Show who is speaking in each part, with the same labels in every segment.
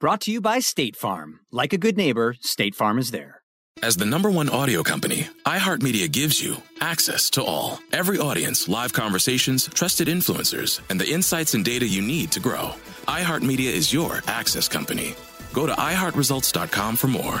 Speaker 1: Brought to you by State Farm. Like a good neighbor, State Farm is there.
Speaker 2: As the number one audio company, iHeartMedia gives you access to all. Every audience, live conversations, trusted influencers, and the insights and data you need to grow. iHeartMedia is your access company. Go to iHeartResults.com for more.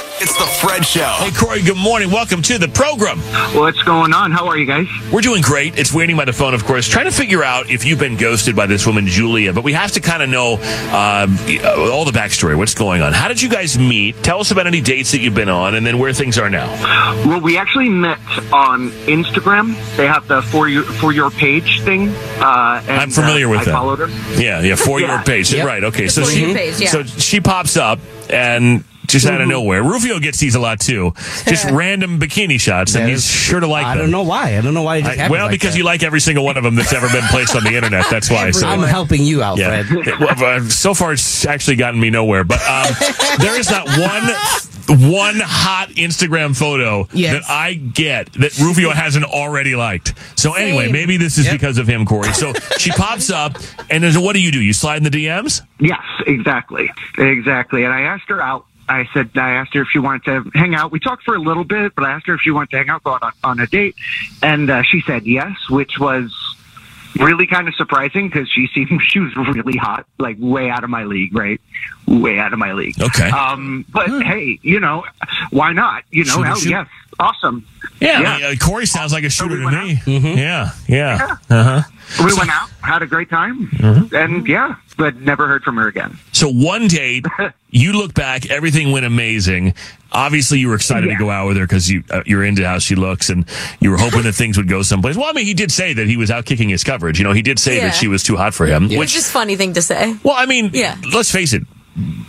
Speaker 3: It's the Fred Show.
Speaker 4: Hey, Corey, good morning. Welcome to the program.
Speaker 5: What's going on? How are you guys?
Speaker 4: We're doing great. It's waiting by the phone, of course, trying to figure out if you've been ghosted by this woman, Julia, but we have to kind of know um, all the backstory. What's going on? How did you guys meet? Tell us about any dates that you've been on and then where things are now.
Speaker 5: Well, we actually met on Instagram. They have the For Your, for your Page thing. Uh, and,
Speaker 4: I'm familiar with uh, that.
Speaker 5: I followed her.
Speaker 4: Yeah, yeah, For yeah. Your Page. Yep. Right, okay. The so she, page, yeah. so she pops up and just out of nowhere. Rufio gets these a lot too. Just random bikini shots, and he's sure to like
Speaker 6: I
Speaker 4: them.
Speaker 6: I don't know why. I don't know why. I,
Speaker 4: well,
Speaker 6: like
Speaker 4: because
Speaker 6: that.
Speaker 4: you like every single one of them that's ever been placed on the internet. That's why.
Speaker 6: So. I'm helping you out, yeah.
Speaker 4: Fred. well, uh, so far, it's actually gotten me nowhere. But um, there is not one one hot Instagram photo yes. that I get that Rufio hasn't already liked. So Same. anyway, maybe this is yep. because of him, Corey. So she pops up, and there's what do you do? You slide in the DMs?
Speaker 5: Yes, exactly, exactly. And I asked her out I said I asked her if she wanted to hang out. We talked for a little bit, but I asked her if she wanted to hang out, go out on, on a date, and uh, she said yes, which was really kind of surprising because she seemed she was really hot, like way out of my league, right? Way out of my league.
Speaker 4: Okay.
Speaker 5: Um, but hmm. hey, you know, why not? You know, hell yes, awesome.
Speaker 4: Yeah, yeah. I mean, uh, Corey sounds like a shooter so we to me. Mm-hmm. Yeah, yeah. yeah. Uh huh.
Speaker 5: We so- went out, had a great time, mm-hmm. and yeah, but never heard from her again.
Speaker 4: So one date, you look back, everything went amazing. Obviously, you were excited yeah. to go out with her because you uh, you're into how she looks, and you were hoping that things would go someplace. Well, I mean, he did say that he was out kicking his coverage. You know, he did say yeah. that she was too hot for him,
Speaker 7: yeah. which is funny thing to say.
Speaker 4: Well, I mean, yeah. let's face it,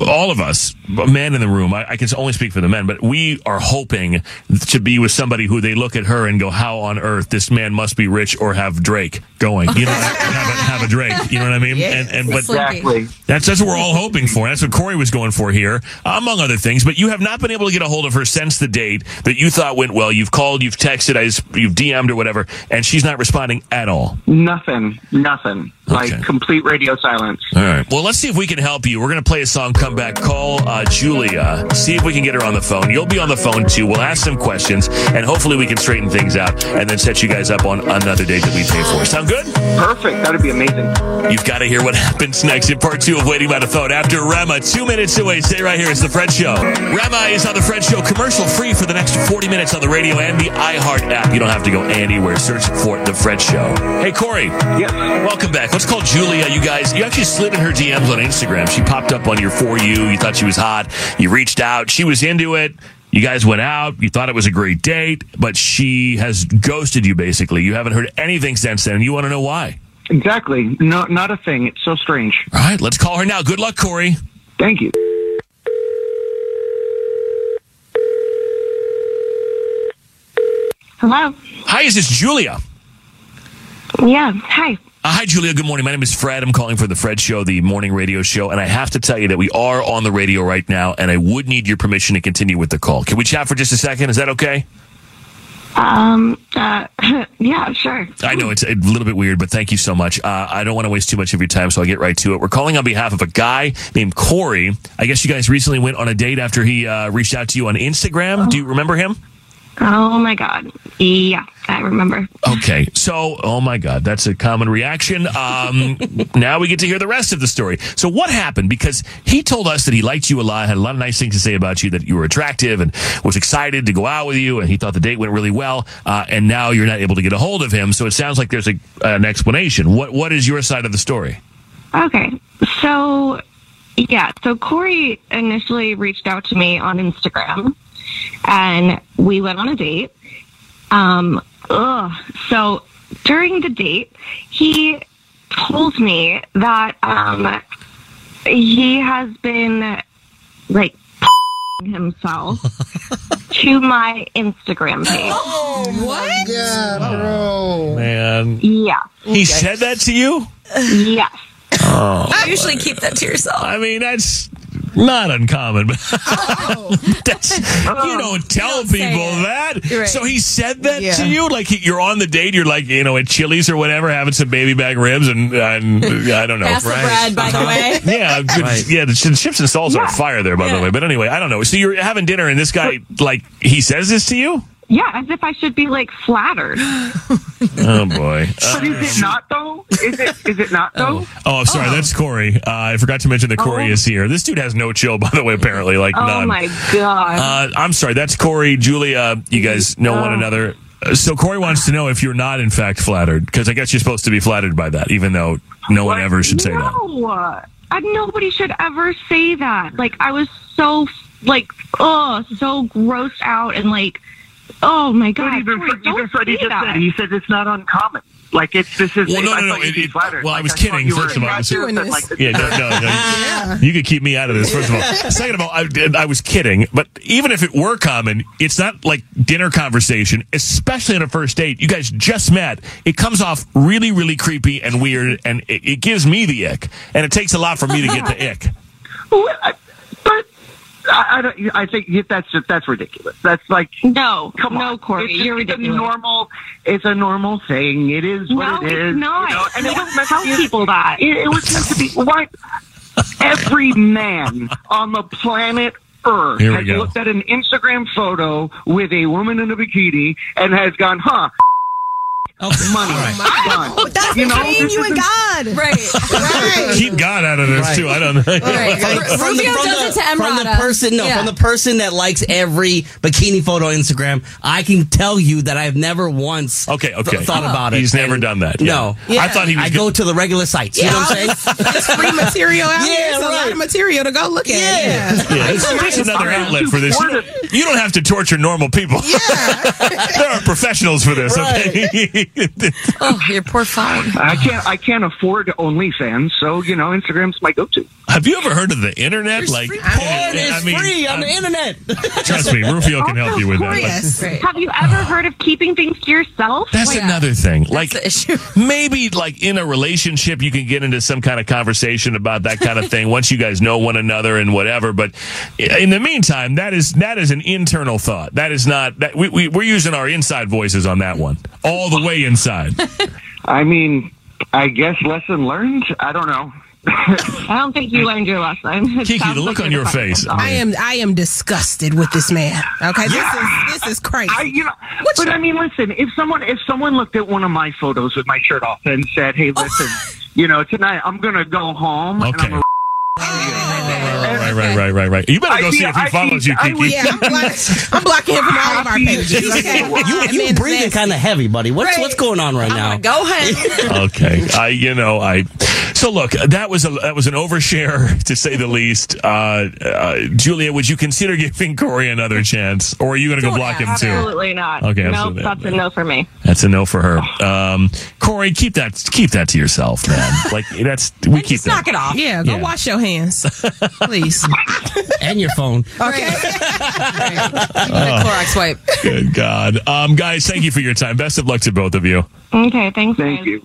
Speaker 4: all of us, men in the room, I, I, can only speak for the men, but we are hoping to be with somebody who they look at her and go, how on earth this man must be rich or have Drake going, you know, have, a, have, a, Drake, you know what I mean?
Speaker 7: Yes, and, and but exactly.
Speaker 4: that's, that's what we're all hoping for. That's what Corey was going for here, among other things, but you have not been able to get a hold of her since the date that you thought went well. You've called, you've texted, you've DM'd or whatever, and she's not responding at all.
Speaker 5: Nothing, nothing. Like complete radio silence.
Speaker 4: All right. Well, let's see if we can help you. We're going to play a song, come back, call uh, Julia, see if we can get her on the phone. You'll be on the phone too. We'll ask some questions, and hopefully we can straighten things out and then set you guys up on another date that we pay for. Sound good?
Speaker 5: Perfect. That'd be amazing.
Speaker 4: You've got to hear what happens next in part two of Waiting by the Phone after Rama. Two minutes away. Stay right here. It's The Fred Show. Rama is on The Fred Show, commercial free for the next 40 minutes on the radio and the iHeart app. You don't have to go anywhere. Search for The Fred Show. Hey, Corey. Yes. Welcome back. Let's call Julia, you guys. You actually slid in her DMs on Instagram. She popped up on your For You. You thought she was hot. You reached out. She was into it. You guys went out. You thought it was a great date, but she has ghosted you basically. You haven't heard anything since then, and you want to know why.
Speaker 5: Exactly. No, not a thing. It's so strange.
Speaker 4: All right, let's call her now. Good luck, Corey.
Speaker 5: Thank you.
Speaker 8: Hello.
Speaker 4: Hi, is this Julia?
Speaker 8: Yeah. Hi.
Speaker 4: Uh, hi, Julia. Good morning. My name is Fred. I'm calling for the Fred Show, the morning radio show. And I have to tell you that we are on the radio right now, and I would need your permission to continue with the call. Can we chat for just a second? Is that okay?
Speaker 8: Um. Uh, yeah. Sure.
Speaker 4: I know it's a little bit weird, but thank you so much. Uh, I don't want to waste too much of your time, so I'll get right to it. We're calling on behalf of a guy named Corey. I guess you guys recently went on a date after he uh, reached out to you on Instagram. Do you remember him?
Speaker 8: Oh my God. Yeah, I remember.
Speaker 4: Okay, so oh my God, that's a common reaction. Um, now we get to hear the rest of the story. So what happened? Because he told us that he liked you a lot, had a lot of nice things to say about you, that you were attractive, and was excited to go out with you, and he thought the date went really well. Uh, and now you're not able to get a hold of him. So it sounds like there's a, an explanation. What What is your side of the story?
Speaker 8: Okay. So, yeah. So Corey initially reached out to me on Instagram, and we went on a date. Um, ugh. So during the date, he told me that um, he has been like himself to my Instagram page.
Speaker 7: what?
Speaker 4: Man,
Speaker 8: Yeah.
Speaker 4: he said that to you.
Speaker 8: Yes.
Speaker 4: Oh,
Speaker 7: I usually keep that to yourself.
Speaker 4: I mean, that's not uncommon, but that's, you don't tell people that.
Speaker 7: Right.
Speaker 4: So he said that
Speaker 7: Yeah.
Speaker 4: to you, like he- you're on the date, you're like you know at Chili's or whatever, having some baby back ribs, and, and I don't know,
Speaker 7: Pass the bread, by the way.
Speaker 4: yeah, good- yeah, the ch- chips and salsa are fire there, by the way. But anyway, I don't know. So you're having dinner, and this guy like he says this to you.
Speaker 8: Yeah, as if I should be like flattered.
Speaker 4: Oh boy. Uh,
Speaker 5: But is it not though? Is it? Is it not though? Oh.
Speaker 4: Oh, I'm sorry. That's Corey. Uh, I forgot to mention that Corey is here. This dude has no chill, by the way. Apparently, like
Speaker 8: oh
Speaker 4: none.
Speaker 8: my god.
Speaker 4: Uh, I'm sorry. That's Corey, Julia. You guys know
Speaker 5: Oh.
Speaker 4: one another. Uh, So Corey wants to know if you're not in fact flattered, because I guess you're supposed to be flattered by that, even though no one ever should say that.
Speaker 8: No, I, nobody should ever say that. Like I was so like oh so grossed out and like oh my god.
Speaker 5: But even
Speaker 8: Corey,
Speaker 5: even
Speaker 8: don't
Speaker 5: Freddie
Speaker 8: say
Speaker 5: just
Speaker 8: that.
Speaker 5: said he said it's not uncommon. Like it's this is.
Speaker 4: Well, no,
Speaker 5: I
Speaker 4: no, no.
Speaker 5: thought you'd
Speaker 4: it-
Speaker 5: be
Speaker 4: it-
Speaker 5: flattered.
Speaker 4: well, I
Speaker 5: Like,
Speaker 4: was
Speaker 5: thought
Speaker 4: kidding.
Speaker 5: you were
Speaker 4: First of all, I was-
Speaker 7: doing
Speaker 5: attractive, but, like,
Speaker 7: this.
Speaker 4: Yeah, no, no, no. You could keep me out of this. First of all, second of all, I, I was kidding. But even if it were common, it's not like dinner conversation, especially on a first date. You guys just met. It comes off really, really creepy and weird, and it, it gives me the ick. And it takes a lot for me to get the ick.
Speaker 5: Well, I- But I, I, don't, I think you- that's just, that's ridiculous. That's like
Speaker 8: no,
Speaker 5: come
Speaker 8: no,
Speaker 5: on,
Speaker 8: Corey,
Speaker 5: It's just-
Speaker 8: you're
Speaker 5: it's a
Speaker 8: ridiculous.
Speaker 5: normal, it's a normal thing. It is
Speaker 8: No,
Speaker 5: what it
Speaker 8: it's
Speaker 5: is. you
Speaker 8: not.
Speaker 5: know, and
Speaker 8: we
Speaker 5: it
Speaker 8: don't
Speaker 5: was meant to
Speaker 8: tell
Speaker 5: be-
Speaker 8: people that.
Speaker 5: It, it was meant to be what every man on the planet. Earth
Speaker 4: Here we
Speaker 5: has
Speaker 4: go.
Speaker 5: looked at an Instagram photo with a woman in a bikini and has gone, huh? Money. Done.
Speaker 7: That's
Speaker 5: You know,
Speaker 7: between
Speaker 5: this
Speaker 7: you and
Speaker 5: isn't-
Speaker 7: God. Right. Right.
Speaker 4: Keep God out of this
Speaker 6: Right.
Speaker 4: too. I don't know.
Speaker 7: Right. Ru- Rubio does it to
Speaker 6: from the
Speaker 7: Emrata.
Speaker 6: person, no,
Speaker 7: Yeah.
Speaker 6: from the person that likes every bikini photo on Instagram, I can tell you that I've never once
Speaker 4: Okay, okay.
Speaker 6: th- thought about it.
Speaker 4: He's never
Speaker 6: And
Speaker 4: done that.
Speaker 6: No,
Speaker 4: I thought he was
Speaker 6: I
Speaker 4: go-
Speaker 6: go to the regular sites. You know what I'm saying?
Speaker 7: It's free material out
Speaker 6: Yeah,
Speaker 7: here. There's a lot
Speaker 6: right.
Speaker 7: of material to go look at.
Speaker 6: Yeah.
Speaker 4: Yeah, it's just another outlet for this. You don't, you don't have to torture normal people. there are professionals for this. Okay.
Speaker 7: Oh, your poor phone.
Speaker 5: I can't. I can't afford OnlyFans, so you know Instagram's my go-to.
Speaker 4: Have you ever heard of the internet? like
Speaker 6: Porn is free on the internet.
Speaker 4: Trust me, Rufio can help you with that. but-
Speaker 7: Yes. Right.
Speaker 8: Have you ever heard of keeping things to yourself?
Speaker 6: Oh,
Speaker 4: That's
Speaker 8: Like,
Speaker 4: another thing. Like
Speaker 7: the issue.
Speaker 4: maybe like in a relationship you can get into some kind of conversation about that kind of thing once you guys know one another and whatever. But in the meantime, that is that is an internal thought. That is not that we, we we're using our inside voices on that one. All the way inside.
Speaker 5: I mean, I guess lesson learned. I don't know.
Speaker 8: I don't think you learned your lesson. It sounds like you're depressed.
Speaker 9: I am I am disgusted with this man. Okay, this
Speaker 5: Yeah.
Speaker 9: is this is crazy.
Speaker 5: I, you know, but I mean, listen. If someone if someone looked at one of my photos with my shirt off and said, "Hey, listen, you know, tonight I'm gonna go home and I'm gonna
Speaker 10: Right, right, right, right, right. You better
Speaker 5: I
Speaker 10: go see
Speaker 5: feel-
Speaker 10: if he
Speaker 5: I
Speaker 10: follows
Speaker 5: feel-
Speaker 10: you,
Speaker 5: I
Speaker 10: Kiki.
Speaker 5: would-
Speaker 8: Oh,
Speaker 9: yeah, I'm, block, I'm blocking him from all of our pages. Okay,
Speaker 11: you
Speaker 9: That
Speaker 11: you
Speaker 9: man's
Speaker 11: breathing
Speaker 9: nasty.
Speaker 11: kind of heavy, buddy. What's
Speaker 9: Right.
Speaker 11: what's going on right now?
Speaker 9: Go home.
Speaker 10: okay. I, you know, I. So look, that was a that was an overshare to say the least. Uh, uh, Julia, would you consider giving Corey another chance, or are you going to go block him too?
Speaker 8: Absolutely not.
Speaker 10: Okay,
Speaker 8: nope,
Speaker 10: absolutely not.
Speaker 8: that's a no for me.
Speaker 10: That's a no for her. Um, Corey, keep that keep that to yourself, man. Like that's we keep that.
Speaker 9: Knock it off. Yeah, go
Speaker 10: Yeah.
Speaker 9: wash your hands, please.
Speaker 11: and your phone.
Speaker 9: Okay.
Speaker 10: Oh.
Speaker 9: Clorox wipe.
Speaker 10: Good God, um, guys, thank you for your time. Best of luck to both of you.
Speaker 8: Okay, thanks.
Speaker 10: Thank you.